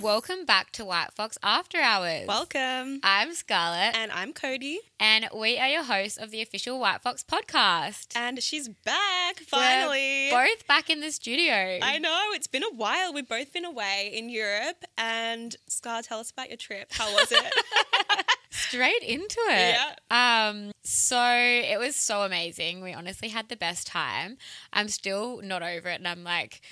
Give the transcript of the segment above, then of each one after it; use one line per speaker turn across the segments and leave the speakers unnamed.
Welcome back to White Fox After Hours.
Welcome.
I'm Scarlett,
And I'm Cody.
and we are your hosts of the official White Fox podcast.
And she's back,
We're
finally.
both back in the studio.
I know, it's been a while. We've both been away in Europe. And Scar, tell us about your trip. How was it?
Straight into it. Um, so it was so amazing. We honestly had the best time. I'm still not over it, and I'm like,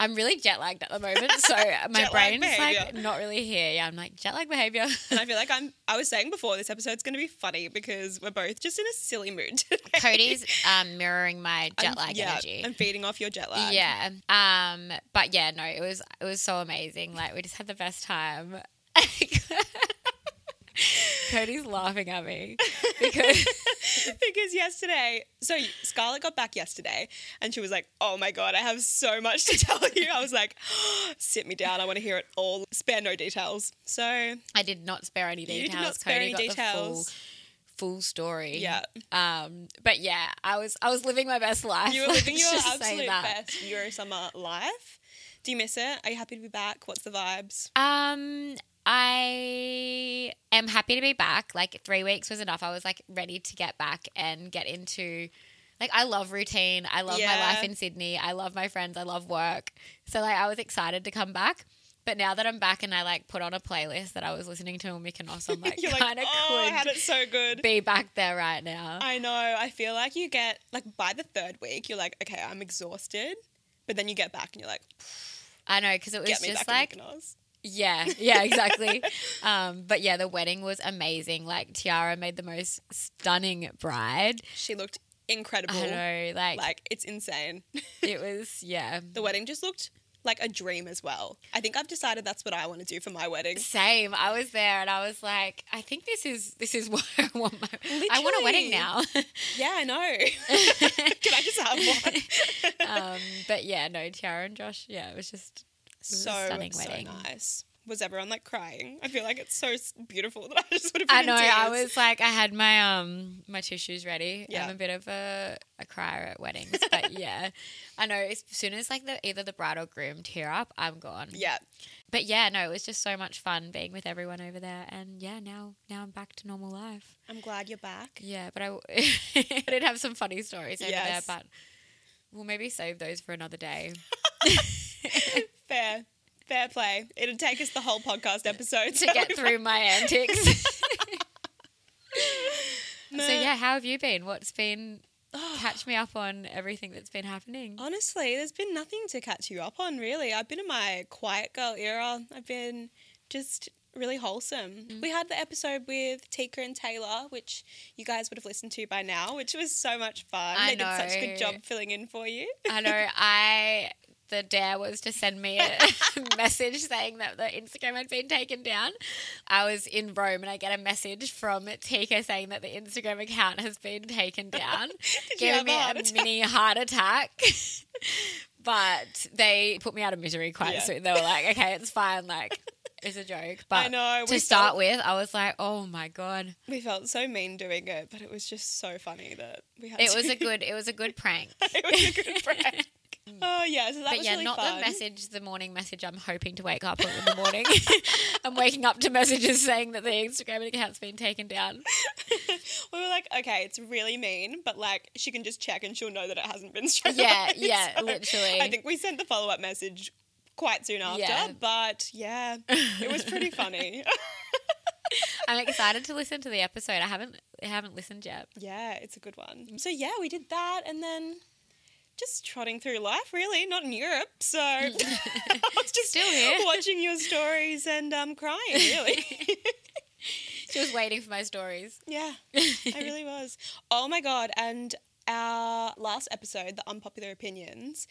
I'm really jet lagged at the moment. So my
Jet lag
brain's like
behaviour.
not really here. Yeah, I'm like jet lag behavior.
and I feel like I'm, I was saying before, this episode's going to be funny because we're both just in a silly mood today.
Cody's um, mirroring my
I'm-
jet lag
yeah,
energy.
I'm feeding off your jet lag.
Yeah. Um, but yeah, no, it was it was so amazing. Like we just had the best time. Cody's laughing at me because
because yesterday, so Scarlett got back yesterday and she was like, Oh my God, I have so much to tell you. I was like, Sit me down. I want to hear it all. Spare no details. So,
I did not spare any
You
details.
did not spare
Cody
any
got
details.
the full full story.
yeah,
Um, but yeah, I was I was living my best life.
you were
Let's
living your
just say
absolute
that.
best Euro summer life. Do you miss it? Are you happy to be back? What's the vibes?
Um, I am happy to be back. Like three weeks was enough. I was like ready to get back and get into. Like I love routine. I love my
Yeah.
life in Sydney. I love my friends. I love work. So like I was excited to come back. But now that I'm back and I like put on a playlist that I was listening to in Mykonos, I'm like
You're like,
kind of
Oh, I had
could
it so good.
be back there right now.
I know. I feel like you get, like, by the third week, you're like, Okay, I'm exhausted. But then you get back and you're like,
I know because it was
Get me
just like
back in Mykonos.
Yeah, yeah, exactly. um, but yeah, the wedding was amazing. Like Tiara made the most stunning bride.
She looked incredible.
I know, like,
Like, it's insane.
it was yeah.
The wedding just looked like a dream as well. I think I've decided that's what I want to do for my wedding.
Same. I was there and I was like, I think this is this is what I want. My, I want a wedding
Literally.
now.
Yeah, I know. Can I just have one?
um, but yeah, no, Tiara and Josh. Yeah, it was just it was
so,
a stunning
so
wedding.
nice. Was everyone like crying? I feel like it's so s- beautiful that I just would have been
I know.
in tears.
I was like, I had my um my tissues ready.
Yeah.
I'm a bit of a, a crier at weddings, but yeah, I know. As soon as like the either the bride or groom tear up, I'm gone.
Yeah.
But yeah, no, it was just so much fun being with everyone over there, and yeah, now now I'm back to normal life.
I'm glad you're back.
Yeah, but I, I did have some funny stories over
Yes.
there, but we'll maybe save those for another day.
Fair. Fair play. It'd take us the whole podcast episode
to get through my antics. so yeah, how have you been? What's been
Oh.
catch me up on everything that's been happening?
Honestly, there's been nothing to catch you up on, really. I've been in my quiet girl era. I've been just really wholesome.
Mm.
We had the episode with Tika and Taylor, which you guys would have listened to by now, which was so much fun.
I
they did such a
know.
good job filling in for you.
I know I the dare was to send me a message saying that the Instagram had been taken down. I was in Rome and I get a message from Tika saying that the Instagram account has been taken down,
Did you
giving
have
me
a
a,
heart attack?
mini heart attack. but they put me out of misery quite
Yeah.
soon. They were like, "Okay, it's fine. Like, it's a joke." But
I know.
to start with, I was like, "Oh my god."
with, we felt so mean doing it, but it was just so funny that we had.
It
to-
was a good it was a good prank.
it was a good prank. Oh yeah, so that
But
was
yeah,
really
not
fun.
the message, the morning message I'm hoping to wake up on in the morning. I'm waking up to messages saying that the Instagram account's been taken down.
We were like, okay, it's really mean, but like she can just check and she'll know that it hasn't been straight.
Yeah, yeah, literally.
I think we sent the follow up message quite soon after,
Yeah.
but yeah, it was pretty funny.
I'm excited to listen to the episode. I haven't I haven't listened yet.
yeah, it's a good one. So yeah, we did that and then just trotting through life, really, not in Europe. So I was just
Still here.
watching your stories and um, crying, really.
She was waiting for my stories.
yeah, I really was. Oh my god! And our last episode, the unpopular opinions,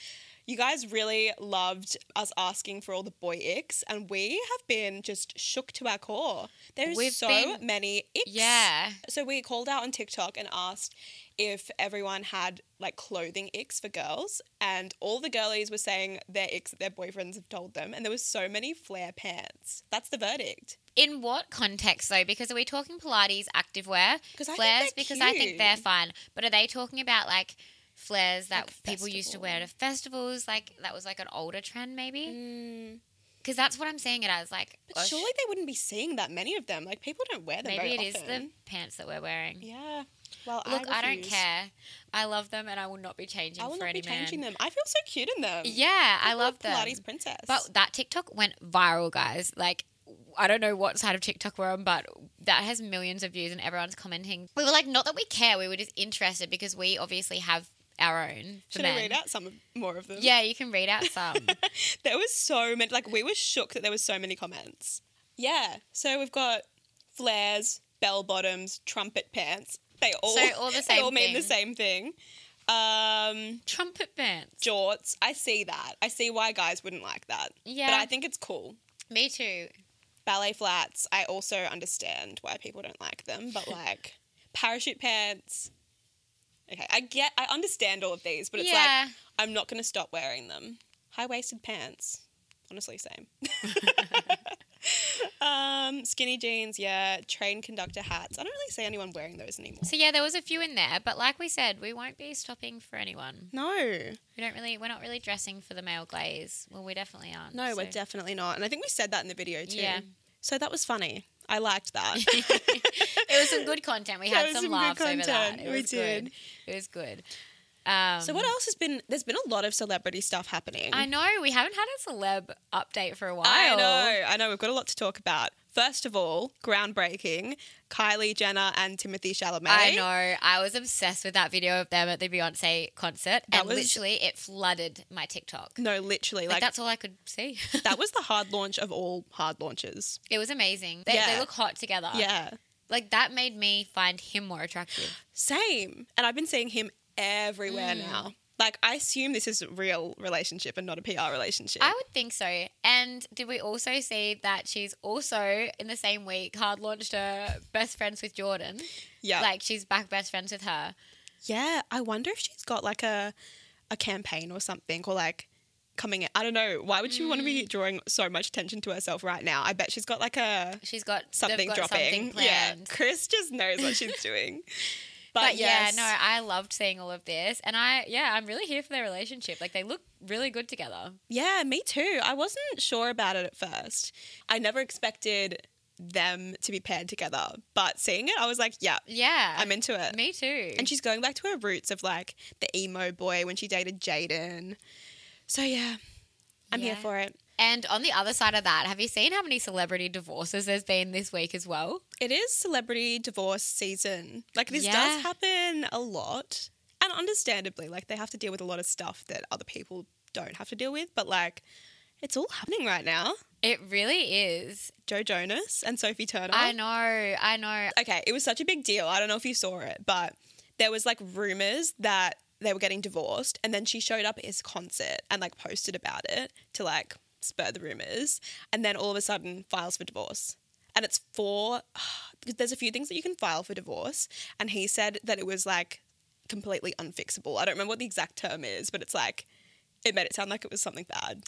you guys really loved us asking for all the boy icks, and we have been just shook to our core. There's
We've
so
been-
many icks.
Yeah.
So we called out on TikTok and asked if everyone had like clothing icks for girls, and all the girlies were saying their icks that their boyfriends have told them, and there was so many flare pants. That's the verdict.
In what context though? Because are we talking Pilates activewear?
Because I think
Flares?
they're
because I think they're
cute.
fun. But are they talking about like flares that
Like
people used to wear to festivals. Like that was like an older trend, maybe.
Mm.
Because that's what I'm seeing it as. Like,
But
oh, sh-
surely they wouldn't be seeing that many of them. Like people don't wear them
maybe
very
it is
often.
the pants that we're wearing.
Yeah. Well,
Look, I, don't
refuse.
care. I love them, and I will not be changing
I will
for
not
any
be changing
man.
them. I feel so cute in them.
Yeah, I
People
love them.
Pilates princess.
But that TikTok went viral, guys. Like, I don't know what side of TikTok we're on, but that has millions of views and everyone's commenting. We were like, not that we care, we were just interested because we obviously have our own. for
should
men.
I read out some of- more of them?
Yeah, you can read out some.
There was so many. Like we were shook that there was so many comments. Yeah. So we've got flares, bell bottoms, trumpet pants. They all
So all the
they
same
all mean the
thing.
same thing. Um,
Trumpet pants.
jorts. I see that. I see why guys wouldn't like that. But
Yeah.
I think it's cool.
Me too.
ballet flats, I also understand why people don't like them, but like parachute pants. Okay, I get, I understand all of these, but it's
Yeah.
like I'm not going to stop wearing them. High waisted pants, honestly, same. um, skinny jeans, yeah. Train conductor hats. I don't really see anyone wearing those anymore.
So yeah, there was a few in there, but like we said, we won't be stopping for anyone.
No,
We don't really, we're not really dressing for the male glaze. Well, we definitely aren't.
no, we're
so-
definitely not. And I think we said that in the video too.
Yeah.
So that was funny. I liked that.
it was some good content. We
That
had
was
some,
some good
laughs over that.
content.
It
We
was
did.
good. It was good. Um,
so what else has been? There's been a lot of celebrity stuff happening.
I know we haven't had a celeb update for a while.
I know, I know. We've got a lot to talk about. First of all, groundbreaking Kylie Jenner and Timothy Chalamet.
I know. I was obsessed with that video of them at the Beyonce concert,
That
and
was-
literally it flooded my TikTok.
No, literally,
Like,
like,
that's all I could see.
that was the hard launch of all hard launches.
it was amazing. They,
Yeah.
they look hot together.
yeah,
like that made me find him more attractive.
same. And I've been seeing him everywhere
Mm.
now. Like, I assume this is a real relationship and not a PR relationship.
I would think so. And did we also see that she's also in the same week hard launched her best friends with Jordan?
yeah,
Like she's back best friends with her.
yeah. I wonder if she's got like a a campaign or something, or like coming. I don't know. Why would she want to be
Mm.
drawing so much attention to herself right now? I bet she's got like a
She's got they've
something
got
dropping.
something
yeah,
planned.
Chris just knows what she's doing. But,
But
yes,
yeah, no, I loved seeing all of this, and I yeah, I'm really here for their relationship. Like they look really good together.
yeah, me too. I wasn't sure about it at first. I never expected them to be paired together, but seeing it, I was like, yeah,
Yeah,
I'm into it.
me too.
And she's going back to her roots of like the emo boy when she dated Jaden. So yeah, I'm here
Yeah.
for it.
and on the other side of that, have you seen how many celebrity divorces there's been this week as well?
It is celebrity divorce season. Like this
Yeah.
does happen a lot. And understandably, like they have to deal with a lot of stuff that other people don't have to deal with, but like it's all happening right now.
It really is.
Joe Jonas and Sophie Turner.
I know, I know.
okay, it was such a big deal. I don't know if you saw it, but there was like rumors that they were getting divorced and then she showed up at his concert and like posted about it to like spur the rumors and then all of a sudden files for divorce. And it's for there's a few things that you can file for divorce and he said that it was like completely unfixable. I don't remember what the exact term is, but it's like it made it sound like it was something bad.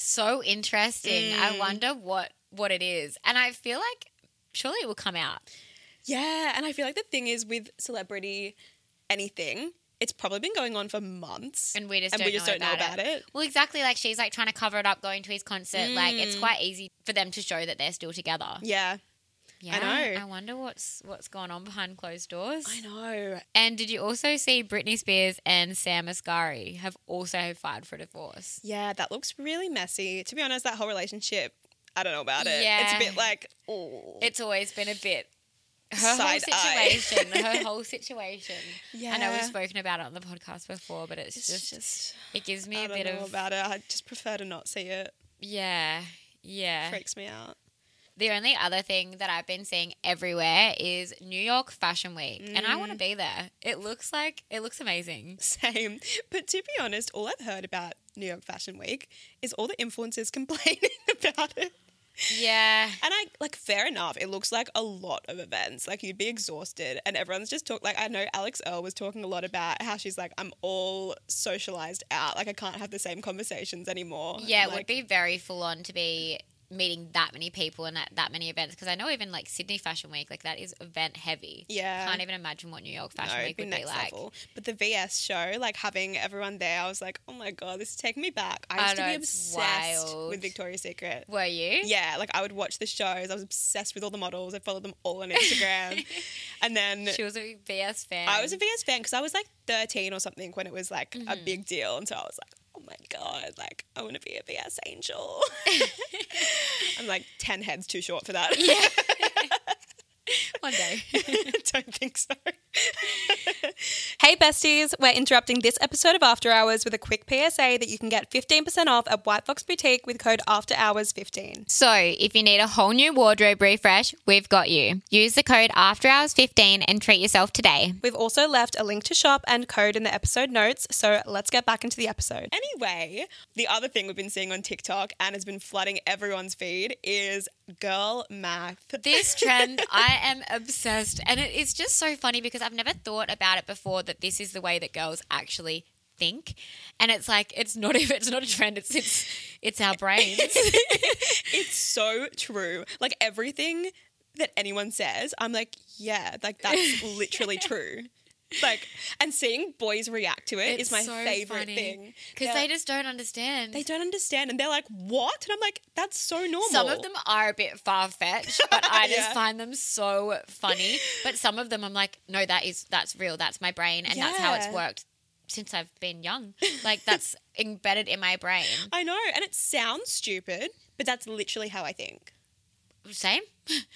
So interesting. I wonder what what it is, and I feel like surely it will come out.
Yeah, and I feel like the thing is with celebrity anything, it's probably been going on for months.
And we just
and
don't
we just
know
don't know
about
about it.
Well, exactly. Like she's like trying to cover it up, going to his concert. Like it's
Mm.
quite easy for them to show that they're still together.
Yeah.
Yeah,
know.
I wonder what's what's going on behind closed doors.
I know.
And did you also see Britney Spears and Sam Asghari have also filed for divorce?
Yeah, that looks really messy. To be honest, that whole relationship, I don't know about it. It's a
Yeah.
bit like, oh.
It's always been a bit. Her
Side
whole
eye.
situation. her whole situation.
yeah.
I know we've spoken about it on the podcast before, but it's,
It's
just,
just,
it gives me
I
a
don't
bit
know
of
about it. I just prefer to not see it.
yeah, yeah.
Freaks me out.
The only other thing that I've been seeing everywhere is New York Fashion Week, and I
Mm.
want to be there. It looks like it looks amazing.
Same. But to be honest, all I've heard about New York Fashion Week is all the influencers complaining about it.
Yeah,
And I like fair enough. It looks like a lot of events. Like you'd be exhausted, and everyone's just talk. Like I know Alex Earl was talking a lot about how she's like, I'm all socialized out. Oh, Like I can't have the same conversations anymore.
Yeah, it
like,
would be very full on to be meeting that many people and at that many events because I know even like Sydney Fashion Week, like that is event heavy.
Yeah.
Can't even imagine what New York Fashion
No, it'd
Week would be like.
But the VS show, like having everyone there, I was like, oh my god, this is taking me back. I
I
used
know,
to be
it's
obsessed
wild.
with Victoria's Secret.
Were you?
Yeah, like I would watch the shows. I was obsessed with all the models. I followed them all on Instagram, and then
She was a BS fan.
I was a VS fan because I was like 13 or something when it was like a big deal, and so I was like, oh my god, like I want to be a VS angel. I'm like 10 heads too short for that.
Yeah. One day.
Don't think so. hey, besties. We're interrupting this episode of After Hours with a quick PSA that you can get 15% off at White Fox Boutique with code After Hours 15
So, if you need a whole new wardrobe refresh, we've got you. Use the code AfterHours15 and treat yourself today.
We've also left a link to shop and code in the episode notes, so let's get back into the episode. Anyway, the other thing we've been seeing on TikTok and has been flooding everyone's feed is girl math.
This trend, I am obsessed. And it is just so funny because I've never thought about it before that this is the way that girls actually think. And it's like, it's not even, it's not a trend, it's, it's, it's our brains.
It's so true. Like everything that anyone says, I'm like, yeah, like that's literally true. Like, and seeing boys react to it is my favorite thing
Because
Yeah.
they just don't understand.
they don't understand, and they're like, "What?" And I'm like, "That's so normal."
Some of them are a bit far fetched, but I just
Yeah.
find them so funny. But some of them, I'm like, no, that is that's real. That's my brain, and that's how it's
Yeah.
worked since I've been young. Like that's embedded in my brain.
I know, and it sounds stupid, but that's literally how I think.
Same.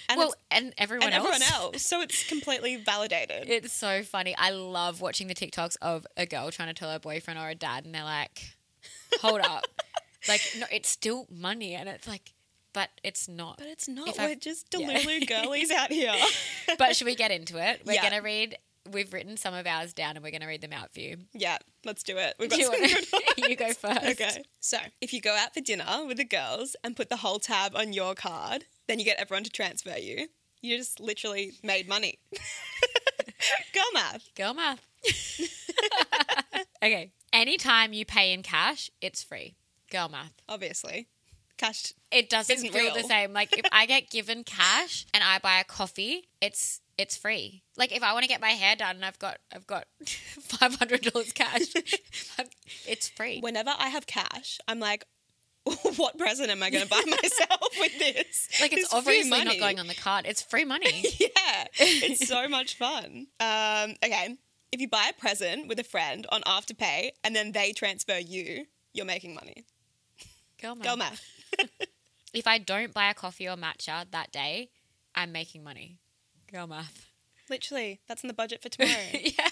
And
well,
it's-
and everyone
and
else.
everyone else, so it's completely validated.
It's so funny. I love watching the TikToks of a girl trying to tell her boyfriend or her dad, and they're like, "Hold up, like no, it's still money," and it's like, but it's not.
but it's not.
If
We're
I-
just
yeah.
delulu girlies out here.
but should we get into it? We're
Yeah.
going to read, we've written some of ours down and we're going to read them out for you.
yeah, let's do it. We've
Do
got
you,
some good ones.
wanna- you go first.
Okay. So if you go out for dinner with the girls and put the whole tab on your card, then you get everyone to transfer you. You just literally made money. Girl math.
Girl math. okay. Anytime you pay in cash, it's free. Girl math.
Obviously. Cash.
It doesn't
Isn't
feel the
real.
same. Like if I get given cash and I buy a coffee, it's it's free. Like if I want to get my hair done and I've got I've got five hundred dollars cash, I'm- it's free.
Whenever I have cash, I'm like, what present am I going to buy myself with this?
like it's
This free
obviously not
money."
going on the card. It's free money.
Yeah, it's so much fun. Um, okay, if you buy a present with a friend on Afterpay and then they transfer you, you're making money.
Girl math.
Girl math.
if I don't buy a coffee or matcha that day, I'm making money. Girl math.
Literally, that's in the budget for tomorrow.
yeah.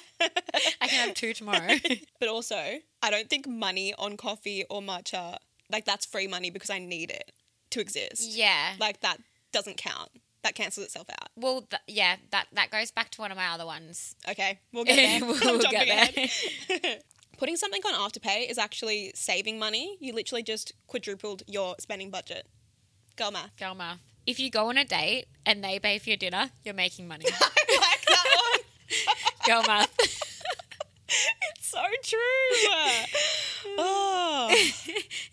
I can have two tomorrow.
But also, I don't think money on coffee or matcha, like that's free money because I need it to exist.
yeah.
Like that doesn't count. That cancels itself out.
Well, th- yeah, that, that goes back to one of my other ones.
Okay, we'll get there.
We'll
I'm
get
jumping
there.
ahead. Putting something on Afterpay is actually saving money. You literally just quadrupled your spending budget. Girl math.
Girl math. If you go on a date and they pay for your dinner, you're making money.
I like that one.
Girl math.
It's so true. Oh,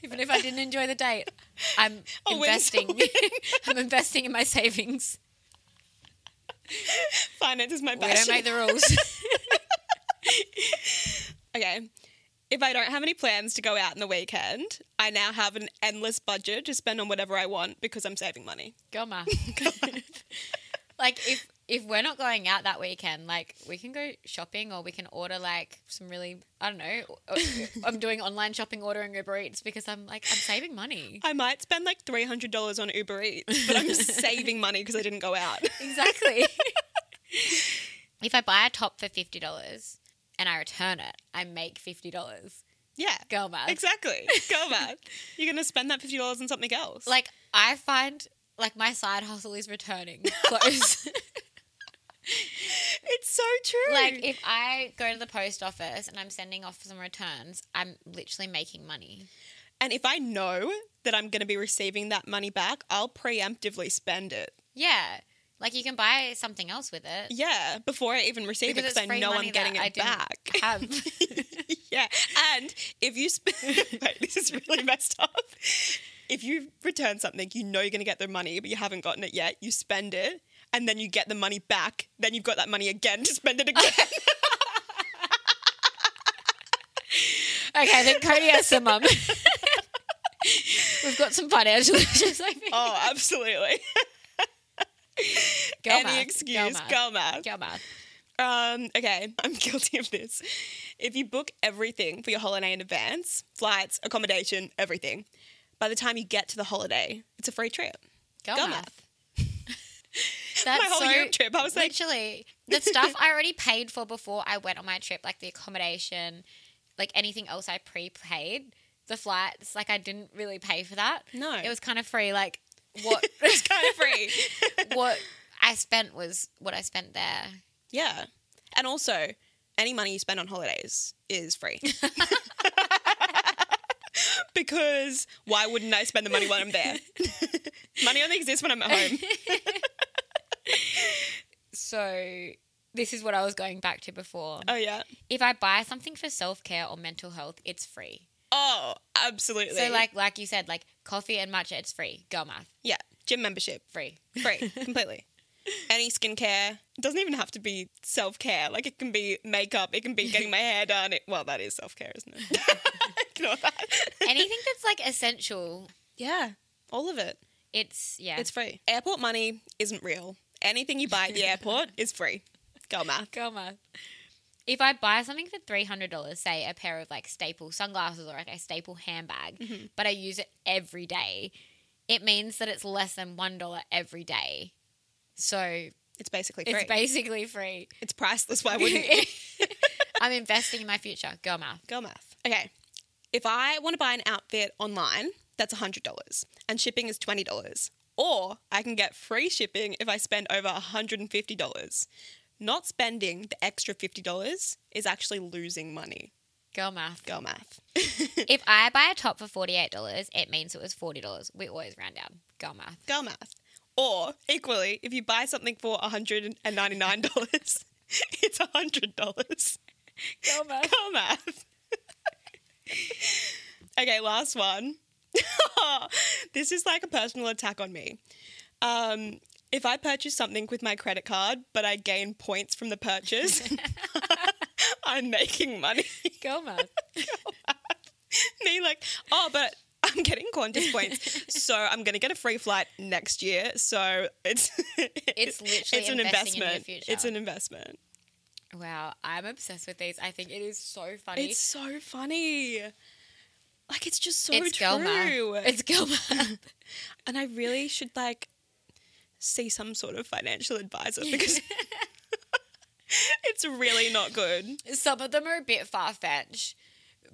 Even if I didn't enjoy the date, I'm
A win's a
investing. I'm investing in my savings.
finance is my
We don't
passion.
make the rules.
Okay. If I don't have any plans to go out in the weekend, I now have an endless budget to spend on whatever I want because I'm saving money.
Girl math. like if if we're not going out that weekend, like we can go shopping or we can order like some really I don't know. I'm doing online shopping, ordering Uber Eats because I'm like I'm saving money.
I might spend like $300 on Uber Eats, but I'm saving money because I didn't go out.
Exactly. if I buy a top for fifty dollars and I return it, I make fifty dollars.
Yeah.
Girl math.
Exactly. Go back. You're going to spend that $50 on something else.
Like I find like my side hustle is returning clothes.
it's so true.
like if I go to the post office and I'm sending off some returns, I'm literally making money.
and if I know that I'm going to be receiving that money back, I'll preemptively spend it.
Yeah. Like you can buy something else with it.
Yeah, before I even receive it because I know I'm getting it back.
have.
yeah, and if you spend, wait, this is really messed up. if you return something, you know you're going to get the money, but you haven't gotten it yet. You spend it, and then you get the money back. Then you've got that money again to spend it again.
Okay, then Cody has some mum. We've got some financial issues. I think.
oh, absolutely.
Girl
Any
math, girl
excuse,
math,
girl math.
girl math.
Um, okay, I'm guilty of this. If you book everything for your holiday in advance, flights, accommodation, everything, by the time you get to the holiday, it's a free trip.
Girl,
Girl
math.
math.
That's
My whole
so,
Europe trip, I was like-
literally the stuff I already paid for before I went on my trip, like the accommodation, like anything else I prepaid, the flights, like I didn't really pay for that.
No.
it was kind of free. Like what
It's kind of free.
what I spent was what I spent there.
yeah. And also, any money you spend on holidays is free. because why wouldn't I spend the money while I'm there? money only exists when I'm at home.
So this is what I was going back to before.
Oh, yeah.
If I buy something for self care or mental health, it's free.
Oh, absolutely.
So like like you said, like coffee and matcha, it's free. Girl math,
yeah, gym membership.
free.
Free, completely. Any skincare It doesn't even have to be self care. Like it can be makeup, it can be getting my hair done. It, well, that is self care, isn't it? Ignore that.
Anything that's like essential,
Yeah, all of it.
it's yeah.
It's free. Airport money isn't real. Anything you buy at the airport is free. Girl math.
Girl math. If I buy something for three hundred dollars, say a pair of like staple sunglasses or like a staple handbag, but I use it every day, it means that it's less than one dollar every day. So
It's basically free.
it's
It's,
basically free.
priceless. Why wouldn't you?
I'm investing in my future. Girl math.
Girl math. Okay. If I want to buy an outfit online, that's $100 and shipping is $20. Or I can get free shipping if I spend over $150. Not spending the extra $50 is actually losing money.
Girl math.
Girl math.
if I buy a top for forty eight dollars, it means it was forty dollars. We always round down. Girl math.
Girl math. Or equally, if you buy something for $199, it's $100.
Girl math.
Girl math. okay, last one. this is like a personal attack on me. Um, if I purchase something with my credit card, but I gain points from the purchase, I'm making money.
Girl math.
me like, oh, but I'm getting Qantas points, so I'm gonna get a free flight next year. So it's
It's literally investing in your future.
It's an investment.
Wow, I'm obsessed with these. I think it is so funny.
It's so funny. Like it's just so
it's
true.
girl math. It's girl math.
and I really should like see some sort of financial advisor because it's really not good.
some of them are a bit far fetched,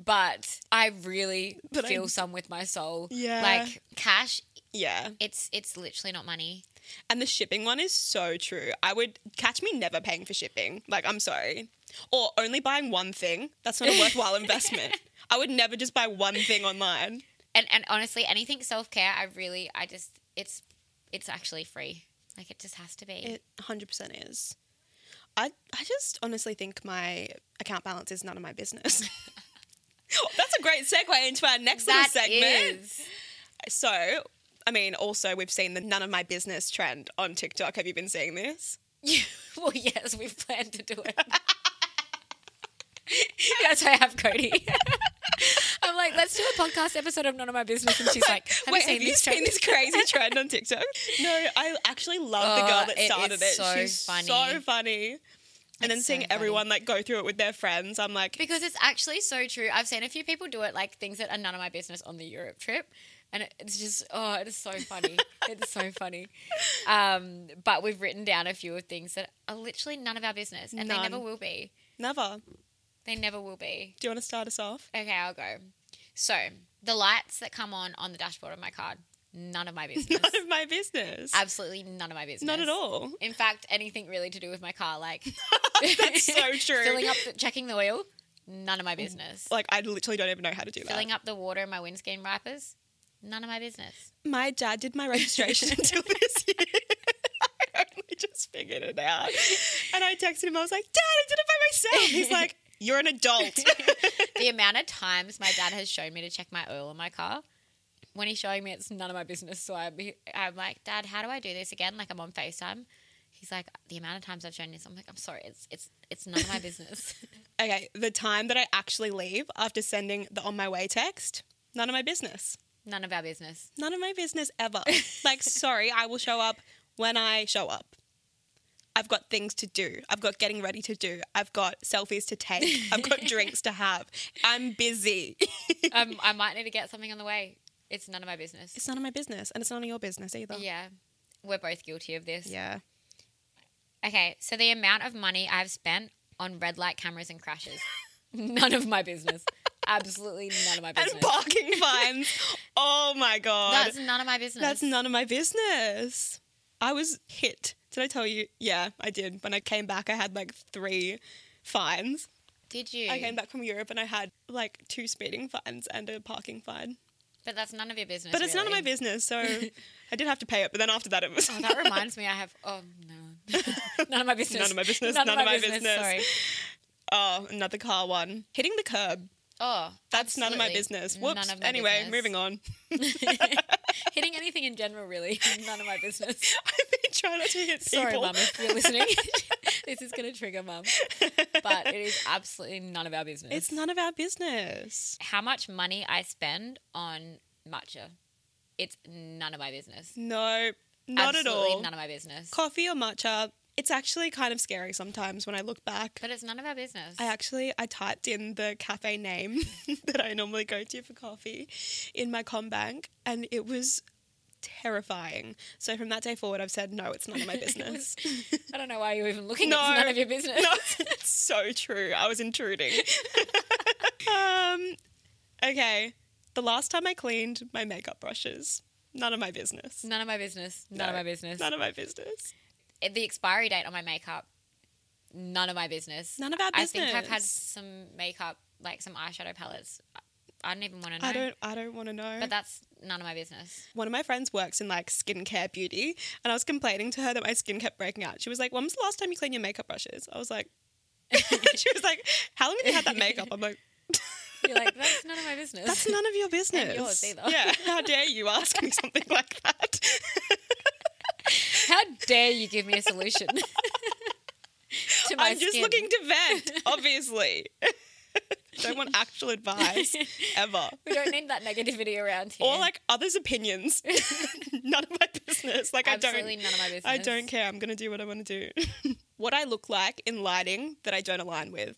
but I really
But
feel
I-
some with my soul.
Yeah.
like cash.
Yeah.
It's it's literally not money.
And the shipping one is so true. I would catch me never paying for shipping. Like, I'm sorry. Or only buying one thing. That's not a worthwhile investment. I would never just buy one thing online.
And and honestly, anything self care, I really, I just, it's it's actually free. Like it just has to be.
It 100% is. I, I just honestly think my account balance is none of my business. That's a great segue into our next
That
little segment.
is-
So, I mean, also, we've seen the none of my business trend on TikTok. Have you been seeing this?
well, yes, we've planned to do it. That's why I have Cody. I'm like, let's do a podcast episode of None of My Business, and she's like, Have
Wait,
you seen
have you
this?
seen
trend?
this crazy trend on TikTok? No, I actually love the
Oh,
girl that
it is
started it.
so
She's
funny.
so funny. And then
It's so
seeing
funny.
everyone like go through it with their friends, I'm like,
Because it's actually so true. I've seen a few people do it, like things that are none of my business on the Europe trip. And it- it's just, oh, it is so funny. it's so funny. Um, but we've written down a few of things that are literally none of our business. And they
None.
never will be.
never.
They never will be.
Do you want to start us off?
Okay, I'll go. So, the lights that come on on the dashboard of my car, none of my business.
None of my business.
Absolutely none of my business.
Not at all.
In fact, anything really to do with my car, like
That's so true.
filling up, the, checking the oil, none of my business.
Like, I literally don't even know how to do
filling
that.
up the water in my windscreen wipers. None of my business.
My dad did my registration until this year. I only just figured it out. And I texted him, I was like, Dad, I did it by myself. He's like, You're an adult.
The amount of times my dad has shown me to check my oil in my car, when he's showing me, it's none of my business. So I'm, I'm like, Dad, how do I do this again? Like I'm on Facetime. He's like, the amount of times I've shown you this, I'm like, I'm sorry, it's it's it's none of my business.
Okay, the time that I actually leave after sending the on my way text, none of my business.
none of our business.
None of my business ever. like, sorry, I will show up when I show up. I've got things to do. I've got getting ready to do. I've got selfies to take. I've got drinks to have. I'm busy.
um, I might need to get something on the way. It's none of my business.
it's none of my business, and it's none of your business either.
Yeah, we're both guilty of this.
Yeah.
Okay, so the amount of money I've spent on red light cameras and crashes, none of my business. Absolutely none of my business.
And parking fines. Oh my god.
That's none of my business.
That's none of my business. I was hit. Did I tell you? Yeah, I did. When I came back, I had like three fines.
Did you?
I came back from Europe and I had like two speeding fines and a parking fine.
But that's none of your business.
But it's none of my
really.
business, so I did have to pay it. But then after that, it was.
Oh, that reminds me. I have. Oh no. none of my business.
None of my business, none of my business.
Sorry.
Oh, another car one. Hitting the curb.
Oh,
That's none of my
absolutely
business. Whoops.
none of my
anyway,
business.
moving on.
Hitting anything in general, really, none of my business.
I've been trying not to hit people.
Sorry, mum, if you're listening. this is going to trigger mum, but it is absolutely none of our business.
It's none of our business.
how much money I spend on matcha. It's none of my business.
No, not
Absolutely
at all.
None of my business.
Coffee or matcha. It's actually kind of scary sometimes when I look back.
but it's none of our business.
I actually I typed in the cafe name that I normally go to for coffee in my Combank and it was terrifying. So from that day forward I've said no, it's none of my business.
I don't know why you're even looking.
No.
It's none of your business.
no, it's so true. I was intruding. um okay. The last time I cleaned my makeup brushes, none of my business.
None of my business. None of
No,
my business.
None of my business.
the expiry date on my makeup. None of my business.
None of our
I think I've had
business.
some makeup, like some eyeshadow palettes. I don't even want to know.
I don't I don't want to know.
But that's none of my business.
one of my friends works in like skincare beauty, and I was complaining to her that my skin kept breaking out. She was like, "When was the last time you cleaned your makeup brushes?" I was like, "She was like, how long have you had that makeup?" I'm like,
You're like that's none of my business.
"That's none of your business."
And yours either.
Yeah, how dare you ask me something like that?
How dare you give me a solution to my
I'm just
skin.
looking to vent, obviously. Don't want actual advice ever.
We don't need that negativity around here.
Or like others' opinions. None of my business. Like I
absolutely
don't.
none of my business.
I don't care. I'm going to do what I want to do. what I look like in lighting that I don't align with,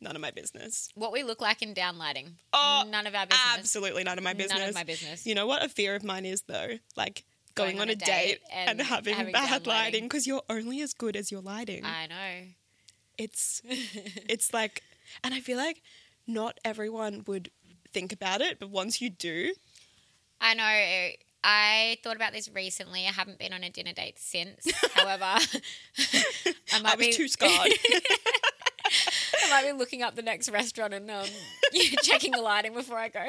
none of my business.
What we look like in downlighting.
Oh,
none of our business.
Absolutely none of my business.
None of my business.
You know what a fear of mine is, though? Like going, on, a date, and, having, bad
down lighting.
lighting because you're only as good as your lighting.
I know.
it's, it's like, and I feel like not everyone would think about it, but once you do,
I know. I thought about this recently. I haven't been on a dinner date since. However, I might
I was
be
too scarred.
I might be looking up the next restaurant and um, checking the lighting before I go.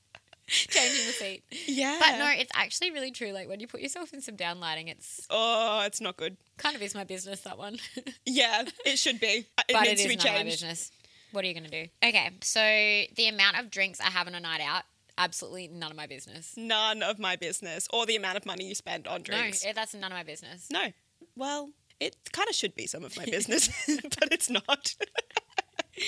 Changing the seat.
yeah.
But no, it's actually really true. Like when you put yourself in some down lighting, it's
Oh, it's not good.
kind of is my business that one.
Yeah, it should be. It
but it
needs
is
to be
none of my
changed.
business. What are you gonna do? Okay, so the amount of drinks I have on a night out, absolutely none of my business.
none of my business or the amount of money you spend on drinks.
No, it- that's none of my business.
No. Well, it kind of should be some of my business, but it's not.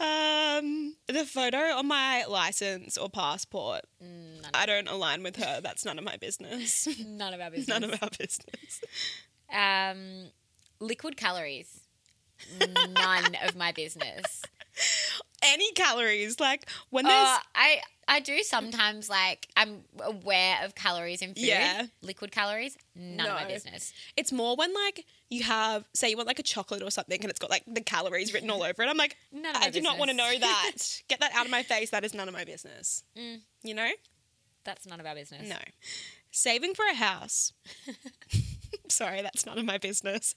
um, the photo on my license or passport,
Mm, None,
I don't align with her. That's none of my business.
none of our business.
none of our business.
um, liquid calories, none of my business.
Any calories, like when there's.
Oh, I I do sometimes like I'm aware of calories in food.
Yeah.
Liquid calories, none of my
No.
business.
It's more when like you have, say, you want like a chocolate or something, and it's got like the calories written all over it. I'm like,
None of
I
my
do not want to
business. Mm.
know that. Get that out of my face. That is none of my business. You know?
That's none of our business.
No. Saving for a house. Sorry, that's none of my business.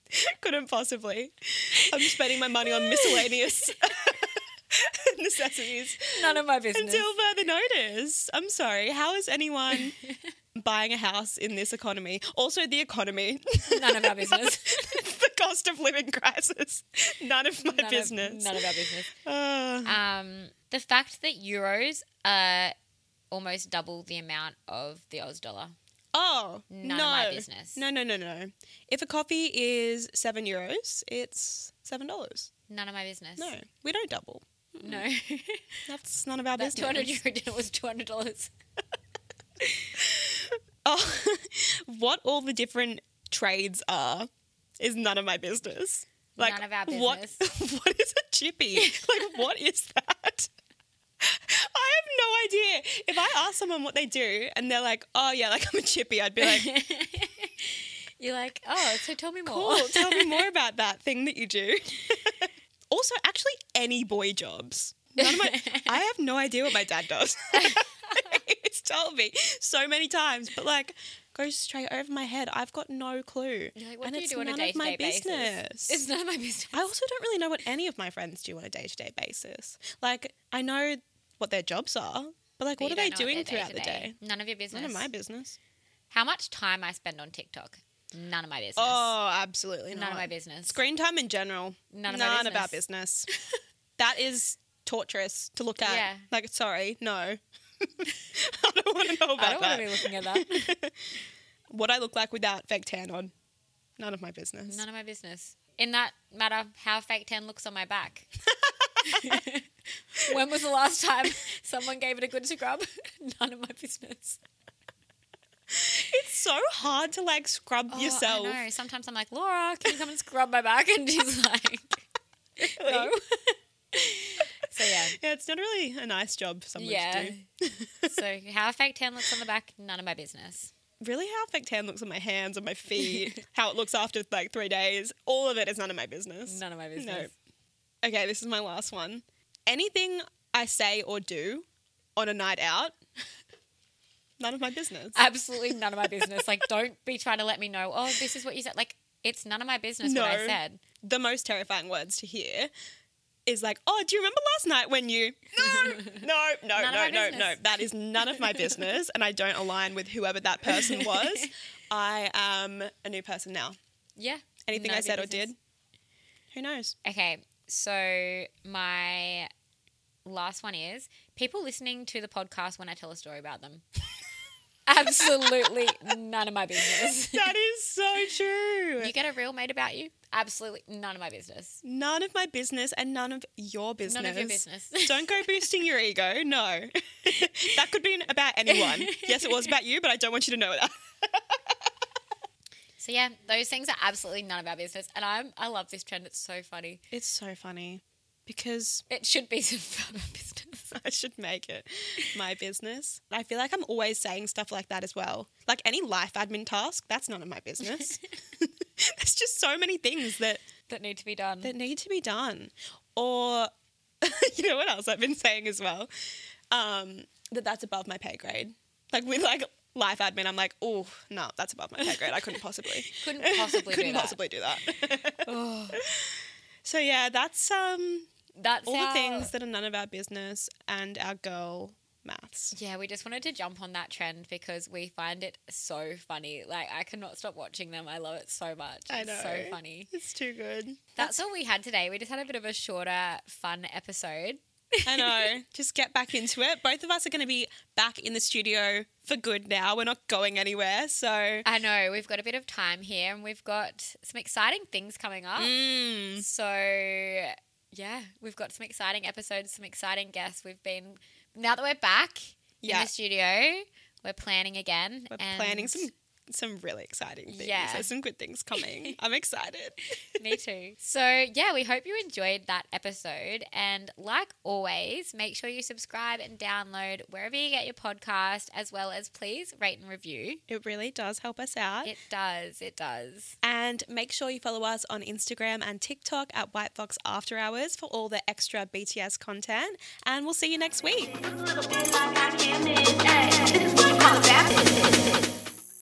Couldn't possibly. I'm spending my money on miscellaneous necessities
None of my business.
until further notice. I'm sorry. How is anyone buying a house in this economy? Also, the economy,
none of our business.
the cost of living crisis. None of my
None of-
business. Ah.
none of our business.
Uh,
Um, the fact that euros are almost double the amount of the Oz dollar.
Oh,
None
no.
of my business.
No, no, no, no. If a coffee is seven euros, it's seven dollars.
None of my business.
No, we don't double.
No.
That's none of our
that two hundred
business.
euro dinner was two hundred dollars.
Oh, what all the different trades are is none of my business. Like
None of our
What, what is a chippy? like what is that? I have no idea. If I ask someone what they do and they're like, "Oh yeah, like I'm a chippy," I'd be like,
You're like, oh, so tell me more.
cool. Tell me more about that thing that you do. also, actually, any boy jobs. None of my, I have no idea what my dad does. He's told me so many times, but like goes straight over my head. I've got no clue.
You're like, what
and
do you
it's
do on a
none
day
of
to
my
day basis?
business.
It's none of my business.
I also don't really know what any of my friends do on a day to day basis. Like I know what their jobs are, but like
But
what
you
are they
don't know
doing
what their
throughout the
day-to-day-
day?
None of your business.
None of my business.
How much time I spend on TikTok? None of my business.
Oh, absolutely
none
not.
of my business.
Screen time in general.
None of my
none of our business. that is torturous to look at.
Yeah.
Like, sorry, no. I don't want to know about
I don't
that.
want to be looking at that.
what I look like without fake tan on. None of my business.
None of my business. In that matter, how fake tan looks on my back. when was the last time someone gave it a good scrub? None of my business.
It's so hard to like scrub
Oh,
yourself.
I know. Sometimes I'm like, Laura, can you come and scrub my back? And she's like,
Really.
no. so yeah.
Yeah, it's not really a nice job some weeks
Yeah.
do.
so how fake tan looks on the back, none of my business.
Really, how fake tan looks on my hands, on my feet, how it looks after like three days, all of it is none of my business.
None of my business.
No. Okay, this is my last one. Anything I say or do on a night out, none of my business.
Absolutely none of my business. Like, don't be trying to let me know, oh, this is what you said. Like, it's none of my business what I
No.
said.
the most terrifying words to hear is like, oh, do you remember last night when you? No, no, no,
None of
no,
my
no,
business.
no. That is none of my business, and I don't align with whoever that person was. I am a new person now.
Yeah.
Anything
none
I
of your
said or
business.
did, who knows?
Okay, so my last one is people listening to the podcast when I tell a story about them. Absolutely none of my business.
That is so true.
You get a real mate about you? Absolutely none of my business.
None of my business and none of your business.
None of your business.
Don't go boosting your ego. No. that could be about anyone. Yes, it was about you, but I don't want you to know that.
So yeah, those things are absolutely none of our business, and I'm I love this trend. It's so funny.
It's so funny because
It should be some of our business.
I should make it my business. I feel like I'm always saying stuff like that as well. Like any life admin task, that's none of my business. There's just so many things that
that need to be done.
that need to be done. Or you know what else I've been saying as well? Um, that that's above my pay grade. Like with like life admin, I'm like, oh no, that's above my pay grade. I couldn't possibly,
couldn't possibly
couldn't
do
possibly do that. Oh. so yeah, that's um
that. That's
all
our-
the things that are none of our business and our girl maths.
Yeah, we just wanted to jump on that trend because we find it so funny. Like I cannot stop watching them. I love it so much.
I
It's
know.
so funny.
It's too good.
That's all we had today. We just had a bit of a shorter, fun episode.
I know. Just get back into it. Both of us are going to be back in the studio for good now. We're not going anywhere. So,
I know we've got a bit of time here, and we've got some exciting things coming up.
mm,
So,
Mm-hmm.
yeah, we've got some exciting episodes, some exciting guests. We've been now that we're back in
Yeah.
the studio, we're planning again.
We're
and-
planning some some really exciting things.
Yeah.
There's some good things coming. I'm excited.
Me too. So, yeah, we hope you enjoyed that episode. And like always, make sure you subscribe and download wherever you get your podcast, as well as please rate and review.
It really does help us out.
It does. It does.
and make sure you follow us on Instagram and TikTok at White Fox After Hours for all the extra BTS content. And we'll see you next week.
This is what I'm about.